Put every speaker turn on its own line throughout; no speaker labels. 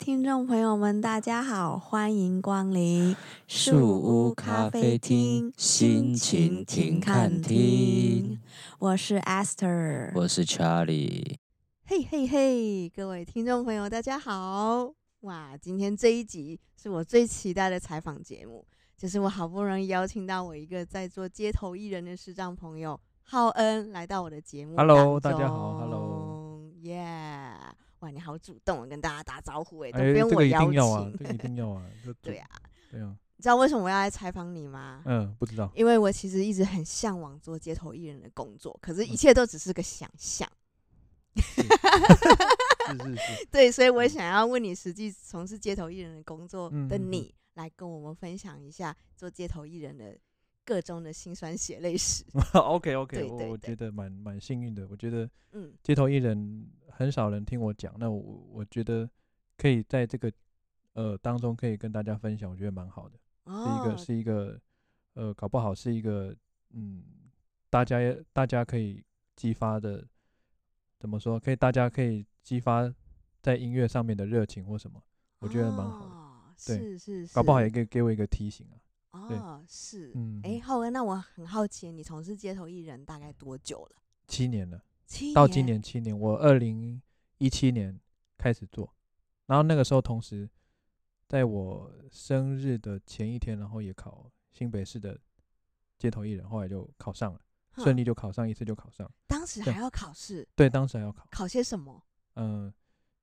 听众朋友们，大家好，欢迎光临
树屋咖啡厅心情停看厅。
我是 Esther，
我是 Charlie，
嘿嘿嘿，各位听众朋友，大家好！哇，今天这一集是我最期待的采访节目，就是我好不容易邀请到我一个在做街头艺人的视障朋友浩恩来到我的节目当中。
Hello，大家好，Hello
Yeah，哇，你好主动，跟大家打招呼哎，都不
哎，
用
这
我
个一
邀
定
请。
要啊，这个一定要啊，这
对
这
啊，
对啊，
你知道为什么我要来采访你吗？
嗯，不知道，
因为我其实一直很向往做街头艺人的工作，可是
嗯
一切都只是个想象。
是是是，
对，所以我想要问你，实际从事街头艺人的工作
嗯
的
嗯嗯
你，来跟我们分享一下做街头艺人的各中的辛酸血泪史。
OK
对
OK，我
对
我
对
觉得蛮蛮幸运的，我觉得
嗯
街头艺人很少人听我讲，那我我觉得可以在这个呃当中可以跟大家分享，我觉得蛮好的，是一
哦
个，是一个呃搞不好是一个嗯大家也大家可以激发的怎么说，可以大家可以激发在音乐上面的热情或什么，我觉得蛮好的。
哦
对
是是是，
搞不好也可以给我一个提醒啊。对
哦，是。
嗯，
哎，浩恩，那我很好奇，你从事街头艺人大概多久了？
七年了，
七
到今年七年，我二零一七年开始做，然后那个时候同时在我生日的前一天，然后也考新北市的街头艺人，后来就考上了，
哼
顺利就考上一次就考上。
当时
对
还要考试，
对，当时还要考，
考些什么？
嗯，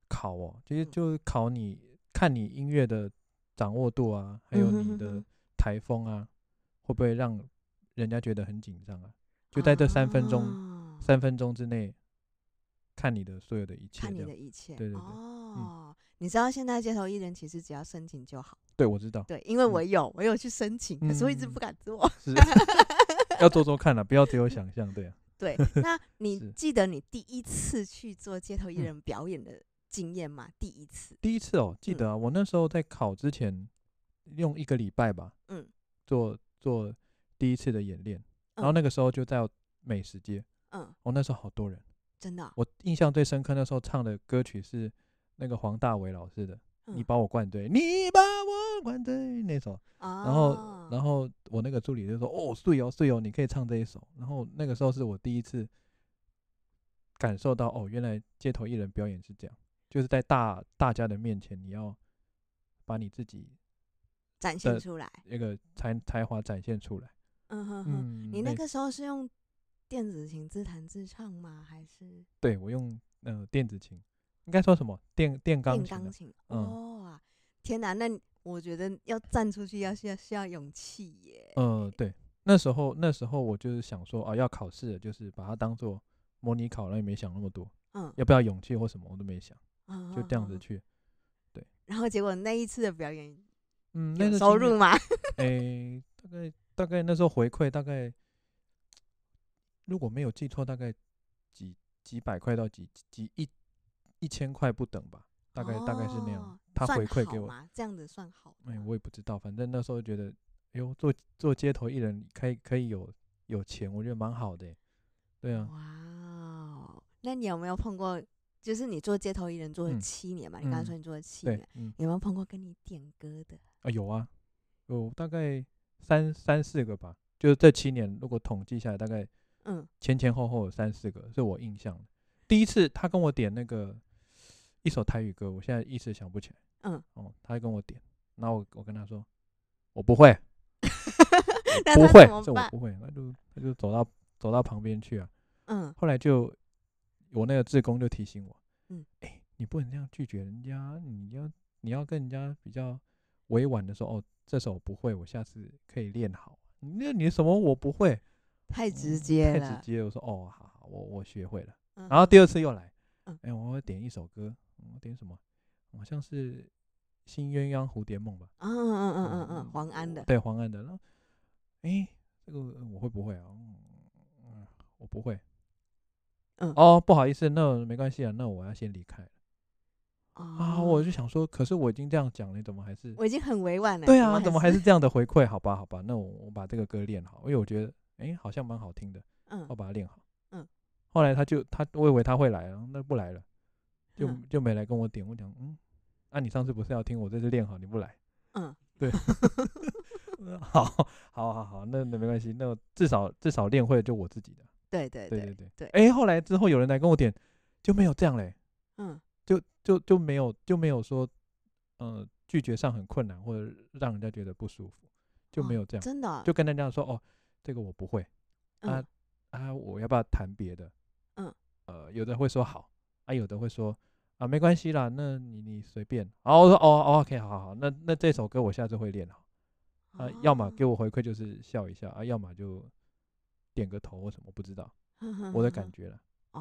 考哦，就是
嗯
就是考你看你音乐的掌握度啊，还有
嗯哼
你
哼
的
哼
台风啊，会不会让人家觉得很紧张啊？就在这三分钟
啊
三分钟之内看你的所有的一切
看
这
你
样。
的一切。
对对对嗯
哦，你知道现在街头艺人其实只要申请就好。
对，我知道，
对，因为
嗯
我有，我有去申请，可是我一直
嗯
不敢做。
是要做做看了，不要只有想象。对啊，
对， 那你
是
记得你第一次去做街头艺
嗯
人表演的经验吗？第一次，
第一次哦，记
嗯
得啊，我那时候在考之前用一个礼拜吧，
嗯，
做做第一次的演练，然后那个时候就在美食街，
嗯，
哦，那时候好多人。
真的哦、
我印象最深刻，那时候唱的歌曲是那个黄大炜老师的《你把我灌醉》，你把我灌醉那首。
嗯，
然后，
哦
然后我那个助理就说：“哦，睡哦睡哦，你可以唱这一首。”然后那个时候是我第一次感受到，哦，原来街头艺人表演是这样，就是在大大家的面前，你要把你自己
展现
的
出来，
那个才才华展现出来。
嗯哼哼，
嗯，
你那
类
个时候是用电子琴自弹自唱吗？还是
对我用呃电子琴，应该说什么电电钢
电
琴、
钢
啊？
琴？哇、
嗯
天哪，那你我觉得要站出去要需要需要勇气耶。
呃，对，那时候那时候我就是想说啊，要考试了，就是把它当做模拟考，然后也没想那么多，
嗯，
要不要勇气或什么我都没想，
嗯
就这样
嗯
子。
嗯嗯
去。
然后结果那一次的表演
嗯，那
有
个
收
经
入
验？
吗？
诶、大概大概那时候回馈大概，如果没有记错，大概几几百块到几几一一千块不等吧，大概、大概是那
哦
样。他
算
回馈
好
给我，
吗？这样子算好
哎、
吗。
我也不知道，反正那时候觉得，哎呦，做做街头艺人可以可以有有钱，我觉得蛮好的、对啊，
哇哦，那你有没有碰过？就是你做街头艺人做了
嗯
七年嘛？你刚才
嗯
说你做了七
对
年，，
嗯，
有没有碰过跟你点歌的？
啊有啊，有大概三三四个吧，就是这七年如果统计下来，大概
嗯，
前前后后有三四个是我印象的。第一次他跟我点那个一首台语歌，我现在一时想不起来。
嗯，
哦，他跟我点，然后我我跟他说我不会，
那
不
他
会
怎，么
这我
办？
不会，他就他就走到走到旁边去啊。
嗯，
后来就我那个志工就提醒我，
嗯，
哎、你不能这样拒绝人家，你要你要跟人家比较委婉的说，哦，这首我不会，我下次可以练好。你那你什么我不会，
太
嗯
直接
太直
了。
接了。我说哦，好好，我我学会了。
嗯
然后第二次又来，
嗯
哎、我要点一首歌，嗯我点什么？好像是《新鸳鸯蝴蝶梦》吧？
嗯嗯嗯嗯嗯嗯，黄安
我
的，
对，黄安的。然后，哎、这个呃我会不会啊？嗯，嗯我不会。
嗯
哦，不好意思，那没关系啊，那我要先离开了啊。
啊
我就想说，可是我已经这样讲了，你怎么还是？
我已经很委婉了。
对啊，怎么还
是
是这样的回馈？好吧，好吧，那我我把这个歌练好，因为我觉得，哎、好像蛮好听的。
嗯
我把它练好。
嗯，
后啊来他就他，我以为他会来，然后那不来了，就、
嗯
就没来跟我点。我讲，嗯，啊，你上次不是要听我这次练好，你不来？
嗯，
对。 嗯好，好，好，好，那那没关系，那至少至少练会就我自己的，
对对
对对
对，对
对。哎、后来之后有人来跟我点，就没有这样嘞、
嗯
就就就没有就没有说，呃，拒绝上很困难或者让人家觉得不舒服，就没
哦
有这样，
真的啊，
就跟人家说哦，这个我不会啊
嗯
啊，我要不要谈别的？
嗯，
呃，有的会说好，啊，有的会说啊，没关系啦，那你你随便。然后我说哦哦，OK，好好好，那那这首歌我下次会练好啊，要么给
我
我回馈就是笑一下啊，要么就点个头或什么，不知道
嗯
我的感觉了。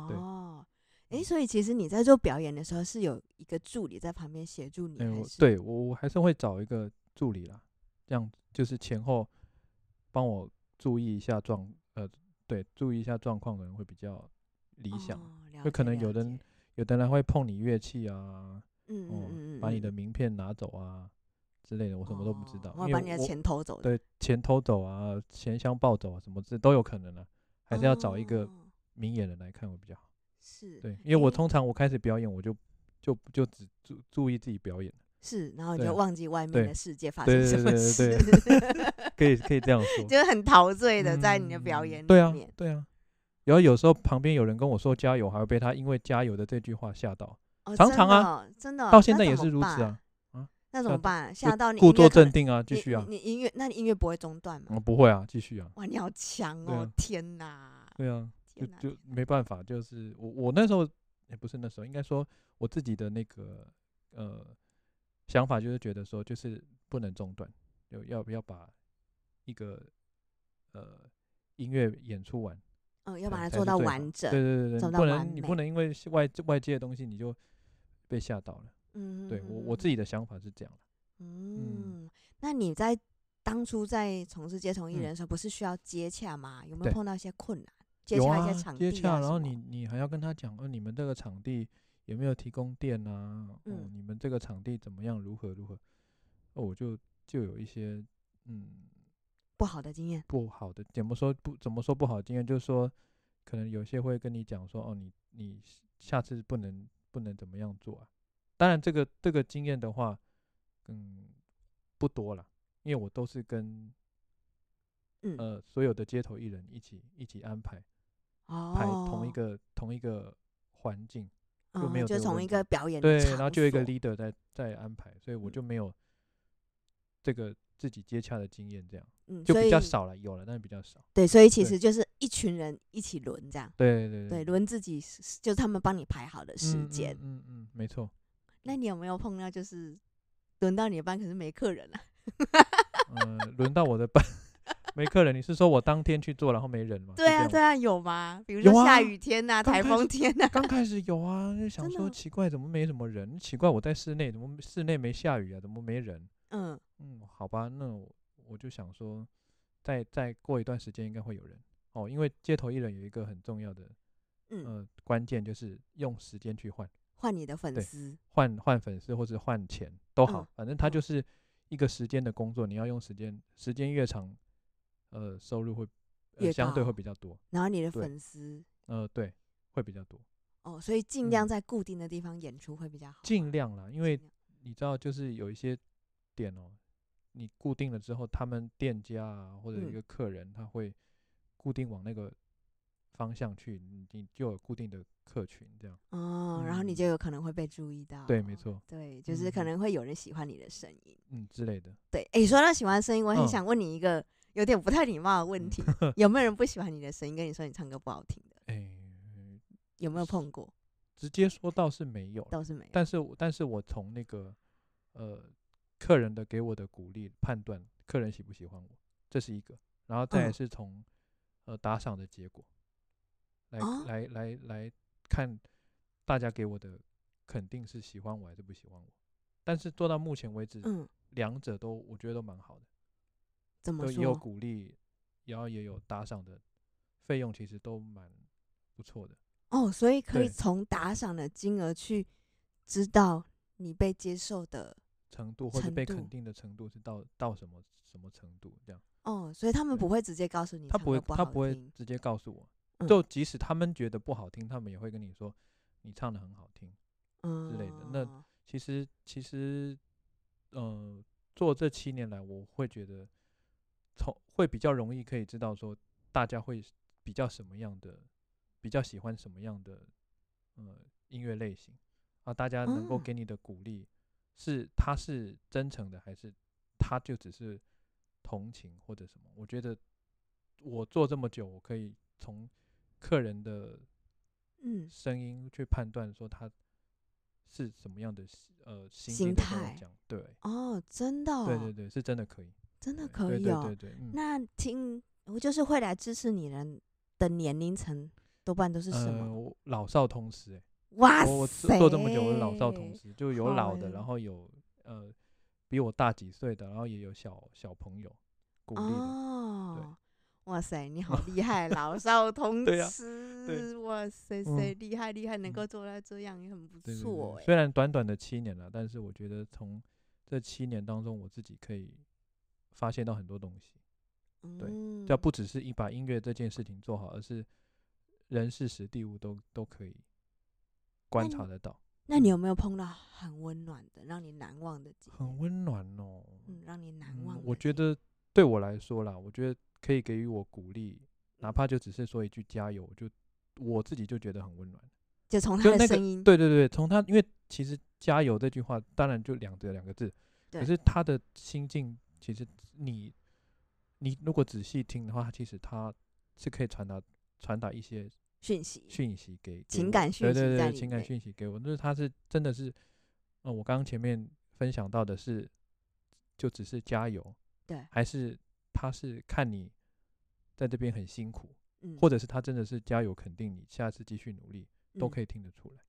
对嗯
哦。诶，所以其实你在做表演的时候是有一个助理在旁边协助你，
哎、
还
我
是
对我我还是会找一个助理啦，这样就是前后帮我注意一下状，呃，对，注意一下状况可能会比较理想。
哦了
就可
解
能有
了
的
解
人有的人会碰你乐器啊，
嗯嗯
哦
嗯嗯，
把你
嗯
的名片拿走啊之类的，我什么都不知
哦
道，
我
因
把
为
你的
我
钱偷走，，
对钱偷走啊，钱箱抱走啊，什么这都有可能啊，还是要找一个
哦
明眼人来看会比较好。
是，
对，因为我
诶
通常我开始表演，我就就就只注注意自己表演。
是，然后你
对
就忘记外面
对
的世界发
对
生什
对
么
对
事
对，可以可以这样说，
就是很陶醉的在你的表
嗯
演
对
里
啊
面，
对啊。然后有时候旁边有人跟我说加油，还会被他因为加油的这句话吓到，
哦
常
真
常
的
啊
哦，真的哦，
到
那
现在
怎
也
么
是如此
办
啊，。
那怎么
到
办？
就
吓到你
故
音乐
作
可能
镇定啊，继
你
续啊，
你音乐，那你音乐不会中断吗？
嗯，不会啊，继续啊，
哇，你好强
对
哦
啊！
天哪，
对啊，就
天哪，
就没办法，就是我我那时候也不是那时候，应该说我自己的那个呃想法就是觉得说，就是不能中断，就要要把一个呃音乐演出完，
嗯，要把
对
它
才
做
是
到
最好
完整，
对对对
做
对，你
到
不
完
能你
美
不能因为是外外界的东西你就被吓到了。
嗯，
对我我自己的想法是这样
嗯，那你在当初在从事街头艺
嗯
人的时候，不是需要接洽吗？有没有
对
碰到一些困难？接
有
洽
啊
一些场地
接
啊
洽，然
什
后
么
你你还要跟他讲，呃，你们这个场地有没有提供电啊？哦
嗯，
你们这个场地怎么样？如何如何？哦，我就就有一些嗯
不好的经验，
不好的，怎么说不怎么说不好的经验，就是说可能有些会跟你讲说，哦，你你下次不能不能怎么样做啊。当然，这个这个经验的话，嗯，不多啦，因为我都是跟
嗯，
呃所有的街头艺人一起一起安排。
哦，
排同一个、同一个环境，就没
嗯
有
就
这个
从
问
一
题
个表演
对，
场
然后就有一个
所
leader 在在安排，所以我
嗯
就没有这个自己接洽的经验，这样
嗯，
就
所
比较
以
少了，有了，但是比较少。
对，所以其
对
实就是一群人一起轮这样，
对对
对，轮自己是就是他们帮你排好的时
嗯
间。
嗯嗯嗯，没错。
那你有没有碰到就是轮到你的班可是没客人啊？
呃，轮到我的班 没客人，你是说我当天去做，然后没人吗？是
对啊，
这
对
样吗。
啊，有吗？比如
有
说下
啊
雨天呐、
刚
台
开
风
始
天呐、
刚开始有啊，就想
真的
说
哦
奇怪，怎么没什么人？奇怪，我在室内，怎么室内没下雨啊？怎么没人？
嗯，
嗯，好吧，那我我就想说，再再过一段时间应该会有人哦，因为街头艺人有一个很重要的
嗯，
呃关键就是用时间去换
换你的粉
对
丝，
换换粉丝或是换钱都好，
嗯
反正它
嗯
就是一个时间的工作，你要用时间，时间越长，呃，收入会、呃、
越
相对会
高
比较多，
然后你的
对
粉丝
呃，对，会比较多，
哦，所以尽量
嗯
在固定的地方演出会比较好吗。
尽量啦，因为
尽量
你知道，就是有一些点哦，你固定了之后，他们店家啊或者一
嗯
个客人，他会固定往那个方向去，你你就有固定的客群这样。
哦，然后你就
嗯
有可能会被注意到。
对，没。错，
对，就是可
嗯
能会有人喜欢你的声音。
嗯之类的。
对，诶，说到喜欢声音，我很
嗯
想问你一个有点不太礼貌的问
嗯
题：有没有人不喜欢你的声音，跟你说你唱歌不好听的？
哎、
有没有碰 过？
直接说倒是没有啦，
倒是没有。
但是我但是我从那个呃客人的给我的鼓励判断，客人喜不喜欢我，这是一个，然后再来
嗯
是从、呃打赏的结果来、
哦
来来来看大家给我的肯定是喜欢我还是不喜欢我，但是做到目前为止，
嗯，
两者都我觉得都蛮好的，
怎
都
么
也
说？
有鼓励，然后也有打赏的费用，其实都蛮不错的。
哦，所以可以
对
从打赏的金额去知道你被接受的
程度或者
程
被
度
肯定的程度是到到什么什么程度这样。
哦，所以他们
对
不会直接告诉你
他
唱
不会，
歌好
他不会
听
直接告诉我。
嗯
就即使他们觉得不好听，他们也会跟你说你唱的很好听。
之
类的那其实其实，呃，做这七年来，我会觉得从会比较容易可以知道说大家会比较什么样的，比较喜欢什么样的呃音乐类型啊，大家能够
哦
给你的鼓励、是他是真诚的，还是他就只是同情或者什么？我觉得我做这么久，我可以从客人的
嗯，
声音去判断说他是什么样的心呃心
心
境在跟我
态
讲，对，
哦，真的、哦，
对对对，是真的可以，
真的
对
可
对
以
对
哦。
对对，嗯，
那听，我就是会来支持你的人的年龄层，多半都是什
呃，
么？
我老少通吃、欸，
哇
我我
塞，
做做这么久，我老少通吃，就有
好
老
欸
的，然后有呃比我大几岁的，然后也有小小朋友鼓励的，
哦，哇塞，你 好厉害，老少通
对呀
吃，
对
哇塞
嗯
塞，厉害厉害，能
嗯
够做到这样也很不
对对
错
对，
哎。
虽然短短的七年了，但是我觉得从这七年当中，我自己可以发现到很多东西。对
嗯，
这不只是一把音乐这件事情做好，而是人、事、时、地、物都都可以观
那
察
你
得到，
那你有没有碰到很温暖的，让你难忘的经
很温暖哦。
嗯，让你难
嗯
忘的经历？
我觉得对我来说啦，我觉得可以给予我鼓励，哪
嗯
怕就只是说一句加油，我就我自己就觉得很温暖。
就从他
就
的
那个
声音，
对对对，从他因为其实加油这句话，当然就两个两个字，可
对
是他的心境，其实你你如果仔细听的话，其实他是可以传达传达一些
讯息，
讯息给给
情
我
感讯
对
息
对
在
对
里
情感
面
讯息给我，就是他是真的是，呃，我刚刚前面分享到的是，就只是加油，
对
还是他是看你在这边很辛苦，
嗯，
或者是他真的是加油肯定你，下次继续努力，都
嗯
可以听得出来。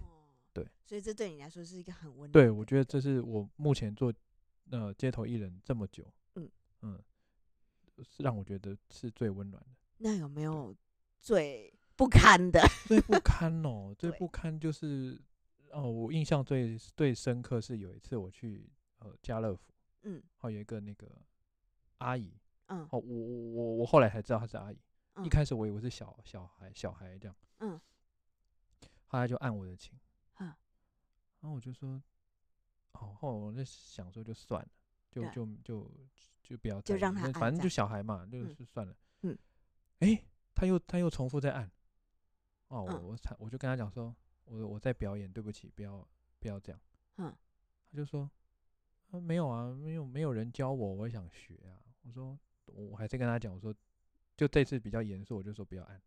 哦，
对，
所以这对你来说是一个很温暖的。
对，我觉得这是我目前做呃街头艺人这么久，
嗯
嗯，是让我觉得是最温暖的。
那有没有最不堪的？
最不堪哦，最
对
不堪就是哦，我印象最最深刻是有一次我去呃家乐福，
嗯
哦有一个那个阿姨，
嗯
哦我我我我后来才知道她是阿姨，
嗯
一开始我以为是小小孩小孩这样，
嗯，
后来就按我的琴，
嗯
然后我就说，哦后来我在想说就算了，就
对
就就就不要
就
在意
让她
那
按
反正
这
就
样
小孩嘛，就
嗯
是算了，
嗯，
诶，他又他又重复在按。哦，我
嗯
我才我就跟他讲说，我我在表演，对不起，不要不要这样。
嗯，
他就说，啊没有啊，没有没有人教我，我也想学啊。我说我我还是跟他讲，我说就这次比较严肃，我就说不要按。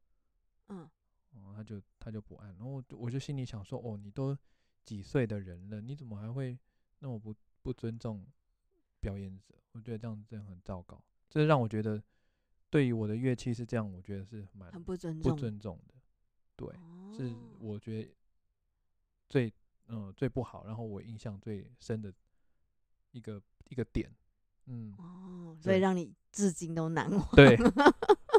嗯
哦，他就他就不按，然后我就我就心里想说，哦，你都几岁的人了，你怎么还会那么不不尊重表演者？我觉得这样真的很糟糕，这让我觉得对于我的乐器是这样，我觉得是蛮
很不尊
不
重，
尊重的，对。是
哦
我觉得最嗯、最不好，然后我印象最深的一个一个点，嗯，
哦，所以
对
让你至今都难忘。
对。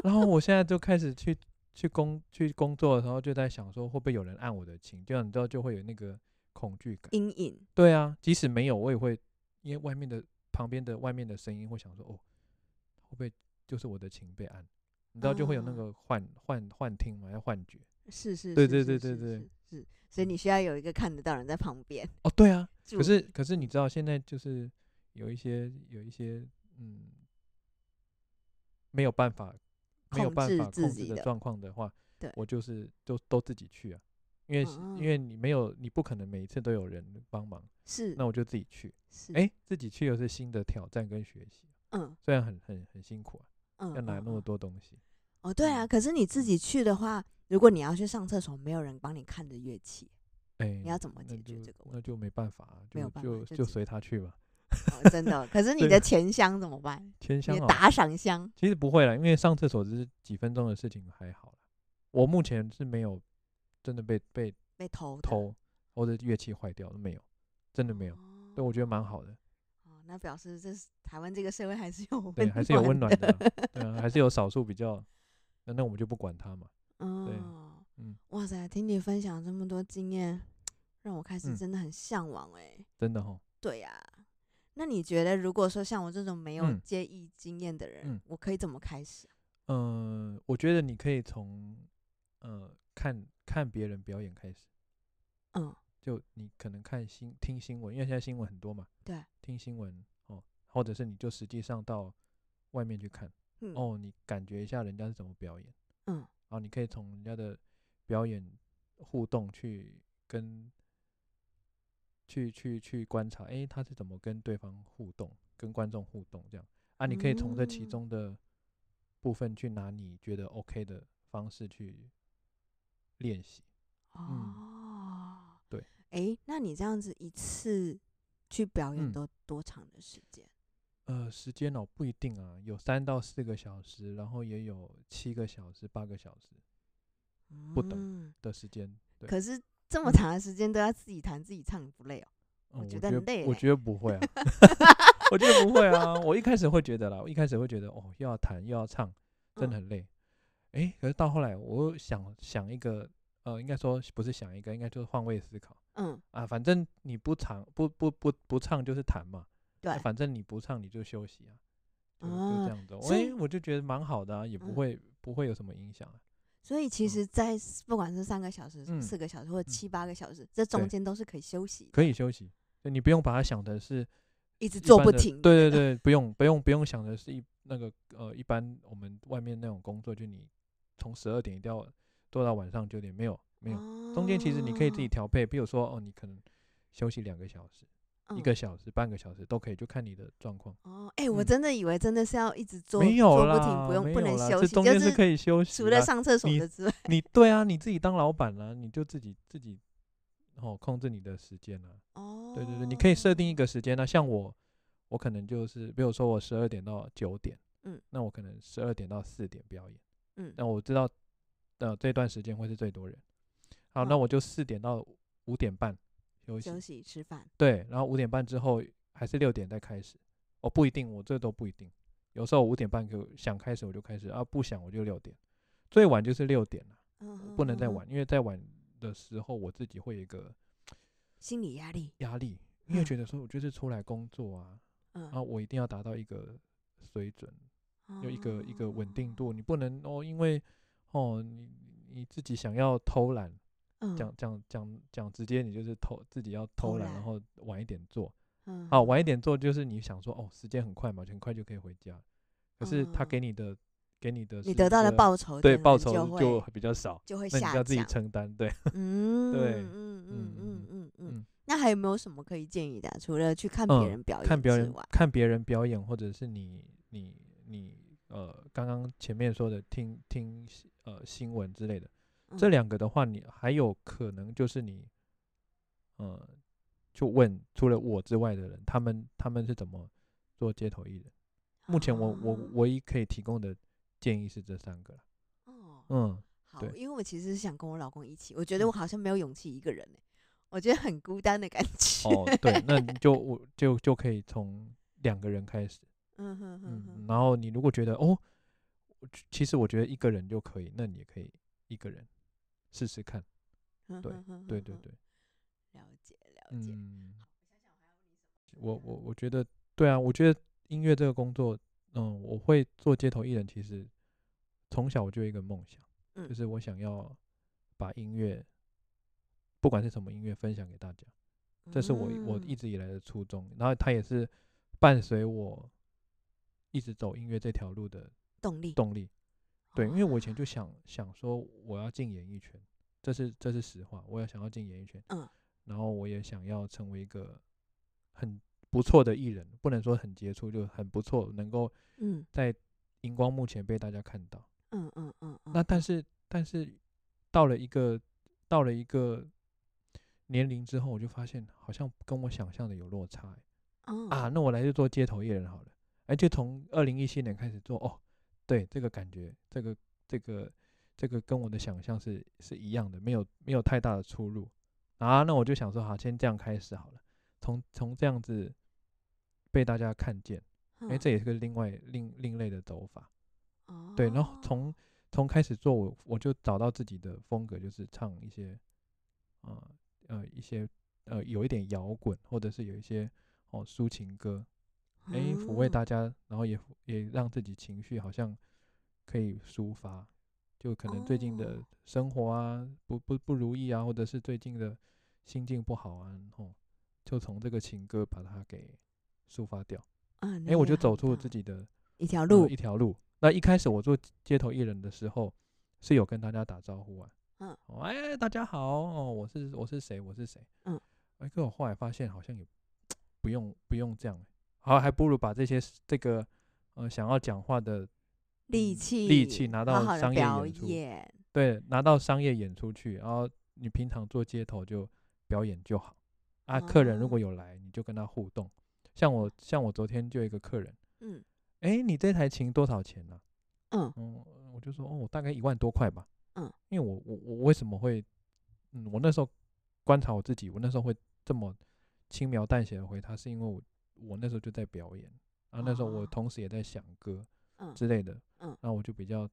然后我现在就开始去去工去工作的时候，就在想说会不会有人按我的琴，这样你知道就会有那个恐惧感。
阴影，
对啊，即使没有，我也会因为外面的旁边的外面的声音，会想说哦，会不会就是我的琴被按？你知道就会有那
啊
个幻幻幻听嘛，要幻觉。
是是，
对
是
对
是
对
是
对对
是是，所以你需要有一个看得到人在旁边。
哦，对啊，
注
可是
意
可是你知道现在就是有一些有一些嗯没有办法没有
控
办
制
法
自
控制
己
的
的
状况的话，
对
我就是都都自己去啊，因为是、
嗯
因为你没有你不可能每一次都有人帮忙，
是
那我就自己去，
是，
哎、自己去又是新的挑战跟学习，
嗯
虽然很很很辛苦啊，
嗯，
要拿
嗯
那么
嗯
多东西，
哦，对啊，
嗯
可是你自己去的话，如果你要去上厕所，没有人帮你看着乐器，
哎、
你要怎么
那
解决
就
这个
那
问题？
就没办法、啊，
没有
就
办法
就
就
就
只
随他去吧，
哦，真的，可是你
对啊
的钱箱怎么办？
千香
你
好
的
了
打赏箱，
其实不会啦，因为上厕所只是几分钟的事情，还好啦。我目前是没有真的被被
被偷的
偷或者乐器坏掉，都没有，真的没有。
哦
对，我觉得蛮好的，
哦，那表示这是台湾这个社会还是有温
对，还是有温暖
的。
的啦，对啊，还是有少数比较，那那我们就不管他嘛。
哦，
嗯
哇塞，听你分享这么多经验，让我开始
嗯
真的很向往哎、
真的哈，
对呀、那你觉得如果说像我这种没有
嗯
接艺经验的人，
嗯
我可以怎么开始啊？
嗯、我觉得你可以从呃看看别人表演开始，
嗯，
就你可能看新听新闻，因为现在新闻很多嘛，
对，
听新闻哦，或者是你就实际上到外面去看，
嗯
哦，你感觉一下人家是怎么表演，
嗯，
然后你可以从人家的表演互动去跟去去去观察，诶，他是怎么跟对方互动，跟观众互动这样啊？你可以从这其
嗯
中的部分去拿你觉得 OK 的方式去练习。
哦，
嗯对，
哎，那你这样子一次去表演
嗯
都多长的时间？
呃，时间哦不一定啊，有三到四个小时，然后也有七个小时、八个小时不等
嗯
的时间。对，
可是这么
嗯
长的时间都要自己弹自己唱，不累哦？
嗯
我觉得
我觉
很累
我
嘞
觉得不会啊，我觉得不会啊。我一开始会觉得啦，我一开始会觉得哦，又要弹又要唱，真
嗯
的很累。诶，可是到后来，我又想想一个，呃，应该说不是想一个，应该就是换位思考
嗯，
啊。反正你不唱，不不不不唱就是弹嘛，
对
啊，反正你不唱你就休息啊，就就
啊
这样子。哦
所
诶，
以
我就觉得蛮好的啊，也
嗯
不会不会有什么影响啊。
所以其
嗯
实，在不管是三个小时、
嗯
四个小时或者
嗯
七八个小时，这中
对
间都是可以休息的，
可以休息，就你不用把它想的是
一直
一
做
般
不
的
停。
对对对，不用不用不用想的是一那个呃，一般我们外面那种工作，就你从十二点一定要做到晚上九点，没有没有，
有
中间其实你可以自己调配，比如说哦，你可能休息两个小时、
嗯
一个小时、半个小时都可以，就看你的状况。
哦，哎、我
嗯
真的以为真的是要一直做，
没有
做不停，
啦，
不用
没
不
有
能
啦
休
这
息，
中
就
间是
是
可以休息
除了
啦
上厕所
你
的之外，
你对啊，你自己当老板啦、你就自己自己哦控制你的时间啦、
哦，
对对对，你可以设定一个时间那像我，我可能就是，比如说我十二点到九点，
嗯，
那我可能十二点到四点表演，
嗯
那我知道，呃，这段时间会是最多人。好，那
哦
我就四点到五点半休息，
休息吃饭，
对，然后五点半之后还是六点再开始，哦，不一定，我这都不一定，有时候五点半就想开始我就开始，啊，不想我就六点，最晚就是六点了，
嗯哼
不能再
嗯哼
晚，因为再晚的时候我自己会有一个
心理压力，
压力，因为
嗯
觉得说我就是出来工作啊，
嗯，
啊，我一定要达到一个水准，有一个一个稳定
哦，
度，你不能哦，因为哦，你你自己想要偷懒，
嗯，
讲讲讲讲直接，你就是偷自己要
偷
偷懒，
懒
然后晚一点做，
嗯
啊，晚一点做就是你想说哦，时间很快嘛，就很快就可以回家，可是他
嗯
给你的给你的
你
是
得
一
到的
个
报酬，
对报酬
就
就
会
比较少，
就会
那你
下
要自己
降，
承担，对，
嗯，
对
嗯嗯
嗯
嗯
嗯
嗯嗯
嗯。
那还有没有什么可以建议的啊？除了去看别
嗯
人表演，
看别人
外，
看别人表演，或者是你你你呃，刚刚前面说的听听新呃新闻之类的，这
嗯
两个的话，你还有可能就是你呃，就问除了我之外的人，他们他们是怎么做街头艺人？目前我我
啊
唯一可以提供的建议是这三个啦
哦，
嗯，
好，
对
因为我其实是想跟我老公一起，我觉得
嗯
我好像没有勇气一个人欸我觉得很孤单的感觉。
哦，对，那你就我就就可以从两个人开始。
嗯哼哼
嗯，
哼，
然后你如果觉得哦，我觉其实我觉得一个人就可以，那你也可以一个人试试看。
哼
嗯对
哼哼
对
嗯哼
对
哼，
对，
了解了解。
嗯，我我我觉得对啊，我觉得音乐这个工作，嗯，我会做街头艺人，其实从小我就有一个梦想，
嗯
就是我想要把音乐，不管是什么音乐，分享给大家。这是我我一
嗯
直以来的初衷，然后它也是伴随我一直走音乐这条路的
动力，
动力。对，因为我以前
哦
就想想说我要进演艺圈，这是这是实话，我也想要进演艺圈，
嗯，
然后我也想要成为一个很不错的艺人，不能说很杰出，就很不错，能够
嗯
在荧光幕前被大家看到。
嗯嗯嗯嗯，
那但是但是到了一个到了一个年龄之后，我就发现好像跟我想象的有落差、欸
嗯
啊，，那我来就做街头艺人好了，哎，就从二零一七年开始做哦，对，这个感觉，这个这个这个跟我的想象是是一样的，没有没有太大的出入啊，那我就想说好，先这样开始好了，从从这样子被大家看见，哎、
嗯
这也是个另外另另类的走法，
哦
对，然后从从开始做我我就找到自己的风格，就是唱一些，呃呃一些呃有一点摇滚，或者是有一些哦抒情歌，哎、抚慰
嗯
大家，然后也抚也让自己情绪好像可以抒发，就可能最近的
哦
生活啊不不不如意啊，或者是最近的心境不好啊，然后就从这个情歌把它给抒发掉。
啊，
哎、
哎，
我就走出自己的
一条
呃
路
一，条路。那一开始我做街头艺人的时候，是有跟大家打招呼啊，
嗯
哦，哎，大家好，哦，我是我是谁，我是谁，
嗯，
哎，可我后来发现好像也不用不用这样，好，还不如把这些这个呃想要讲话的
力
嗯
气
力气拿到
好好的
商业
表
演出
演，
对拿到商业演出去，然后你平常做街头就表演就好啊，客人
哦
如果有来，你就跟他互动。像我像我昨天就有一个客人，
嗯
哎，你这台琴多少钱啊呢、
嗯
嗯，我就说哦，我大概一万多块吧。
嗯，
因为我我我为什么会，嗯，我那时候观察我自己，我那时候会这么轻描淡写的回他，是因为我我那时候就在表演，啊，那时候我
哦
同时也在想歌
嗯
之类的，
嗯
然后我就比较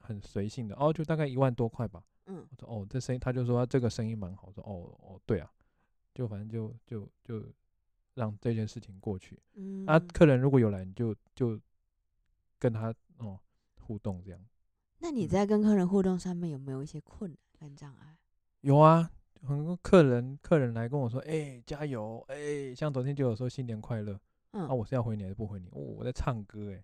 很随性的，哦，就大概一万多块吧。
嗯
我说哦，这声音，他就说这个声音蛮好，我说哦哦，对啊，就反正就就就让这件事情过去。
嗯
啊，客人如果有来，你就就跟他哦互动这样。
那你
嗯
在跟客人互动上面有没有一些困难跟障碍？
有啊，很多客人客人来跟我说，哎、加油，哎、像昨天就有说新年快乐，
嗯，
啊，我是要回你还是不回你？哦，我在唱 歌、欸，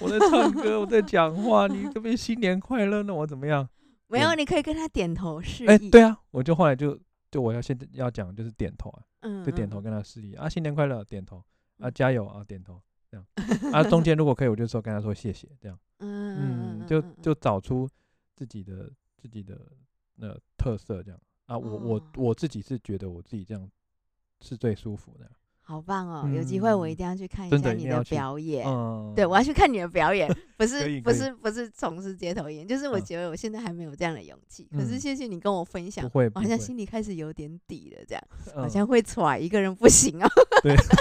我在唱歌，我在讲话，你这边新年快乐，那我怎么样？
没有，
我
你可以跟他点头示意。
哎、对啊，我就后来就就我要现在要讲就是点头啊，
嗯，嗯，
就点头跟他示意啊，新年快乐，点头啊，
嗯
加油啊，点头这样啊，中间如果可以，我就说跟他说谢谢这样。
嗯，嗯
嗯，
嗯，
就
嗯
就找出自己的自己的那特色这样啊。我我
哦
我自己是觉得我自己这样是最舒服的。
好棒哦！有机会我一
嗯
定要去看一
真
下
的一
你
定要去
表演。
嗯，
对，我要去看你的表演，不
可
是
以
不
可以
是不是从事街头演，就是我
嗯
觉得我现在还没有这样的勇气。可是
嗯
谢谢你跟我分享
不，会，
我
不
好像
会
心里开始有点底了，这样好
嗯
像会揣一个人不行哦。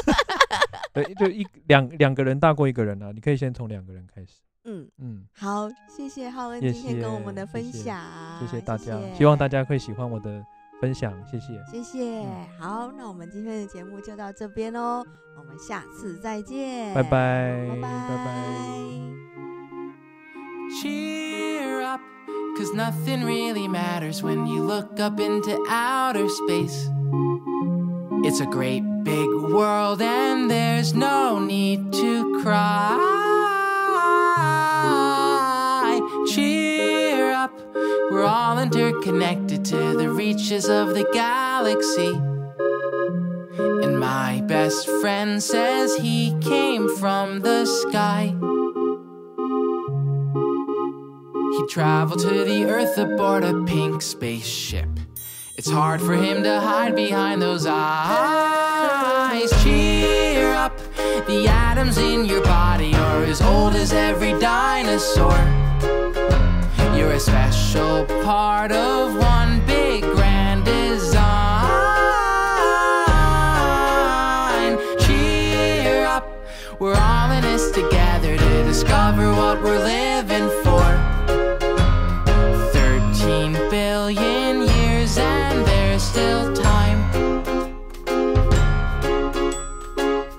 对，就一两两个人大过一个人啊。你可以先从两个人开始。
嗯，
嗯，
好，谢谢浩恩
谢
今天跟我们的
谢
分
谢谢
享，
谢谢大家，
啊谢
希望大家会喜欢我的分享，谢谢。
谢谢。
嗯
好，那我们今天的节目就到这边喽，我们下次再见，
拜拜，
拜拜，
拜拜。
Cheer up, cause nothing really matters when you look up into outer space. It's a great big world, and there's no need to cry. Cheer up, we're all interconnected to the reaches of the galaxy. And my best friend says he came from the sky. He traveled to the earth aboard a pink spaceship. It's hard for him to hide behind those eyes. Cheer up, the atoms in your body are as old as every dinosaur. You're a special part of one big grand design. Cheer up, we're all in this together to discover what we're living for. 13 billion years and there's still time.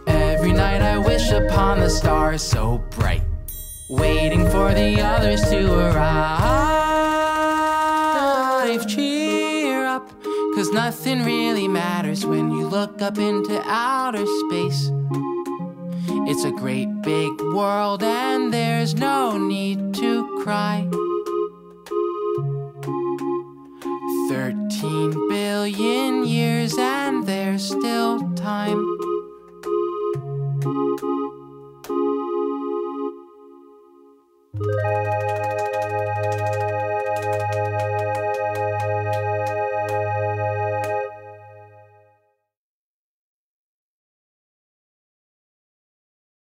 Every night I wish upon the stars so bright, waiting for the others to arrive. Cheer up, cause nothing really matters when you look up into outer space. It's a great big world and there's no need to cry. 13 billion years and there's still time.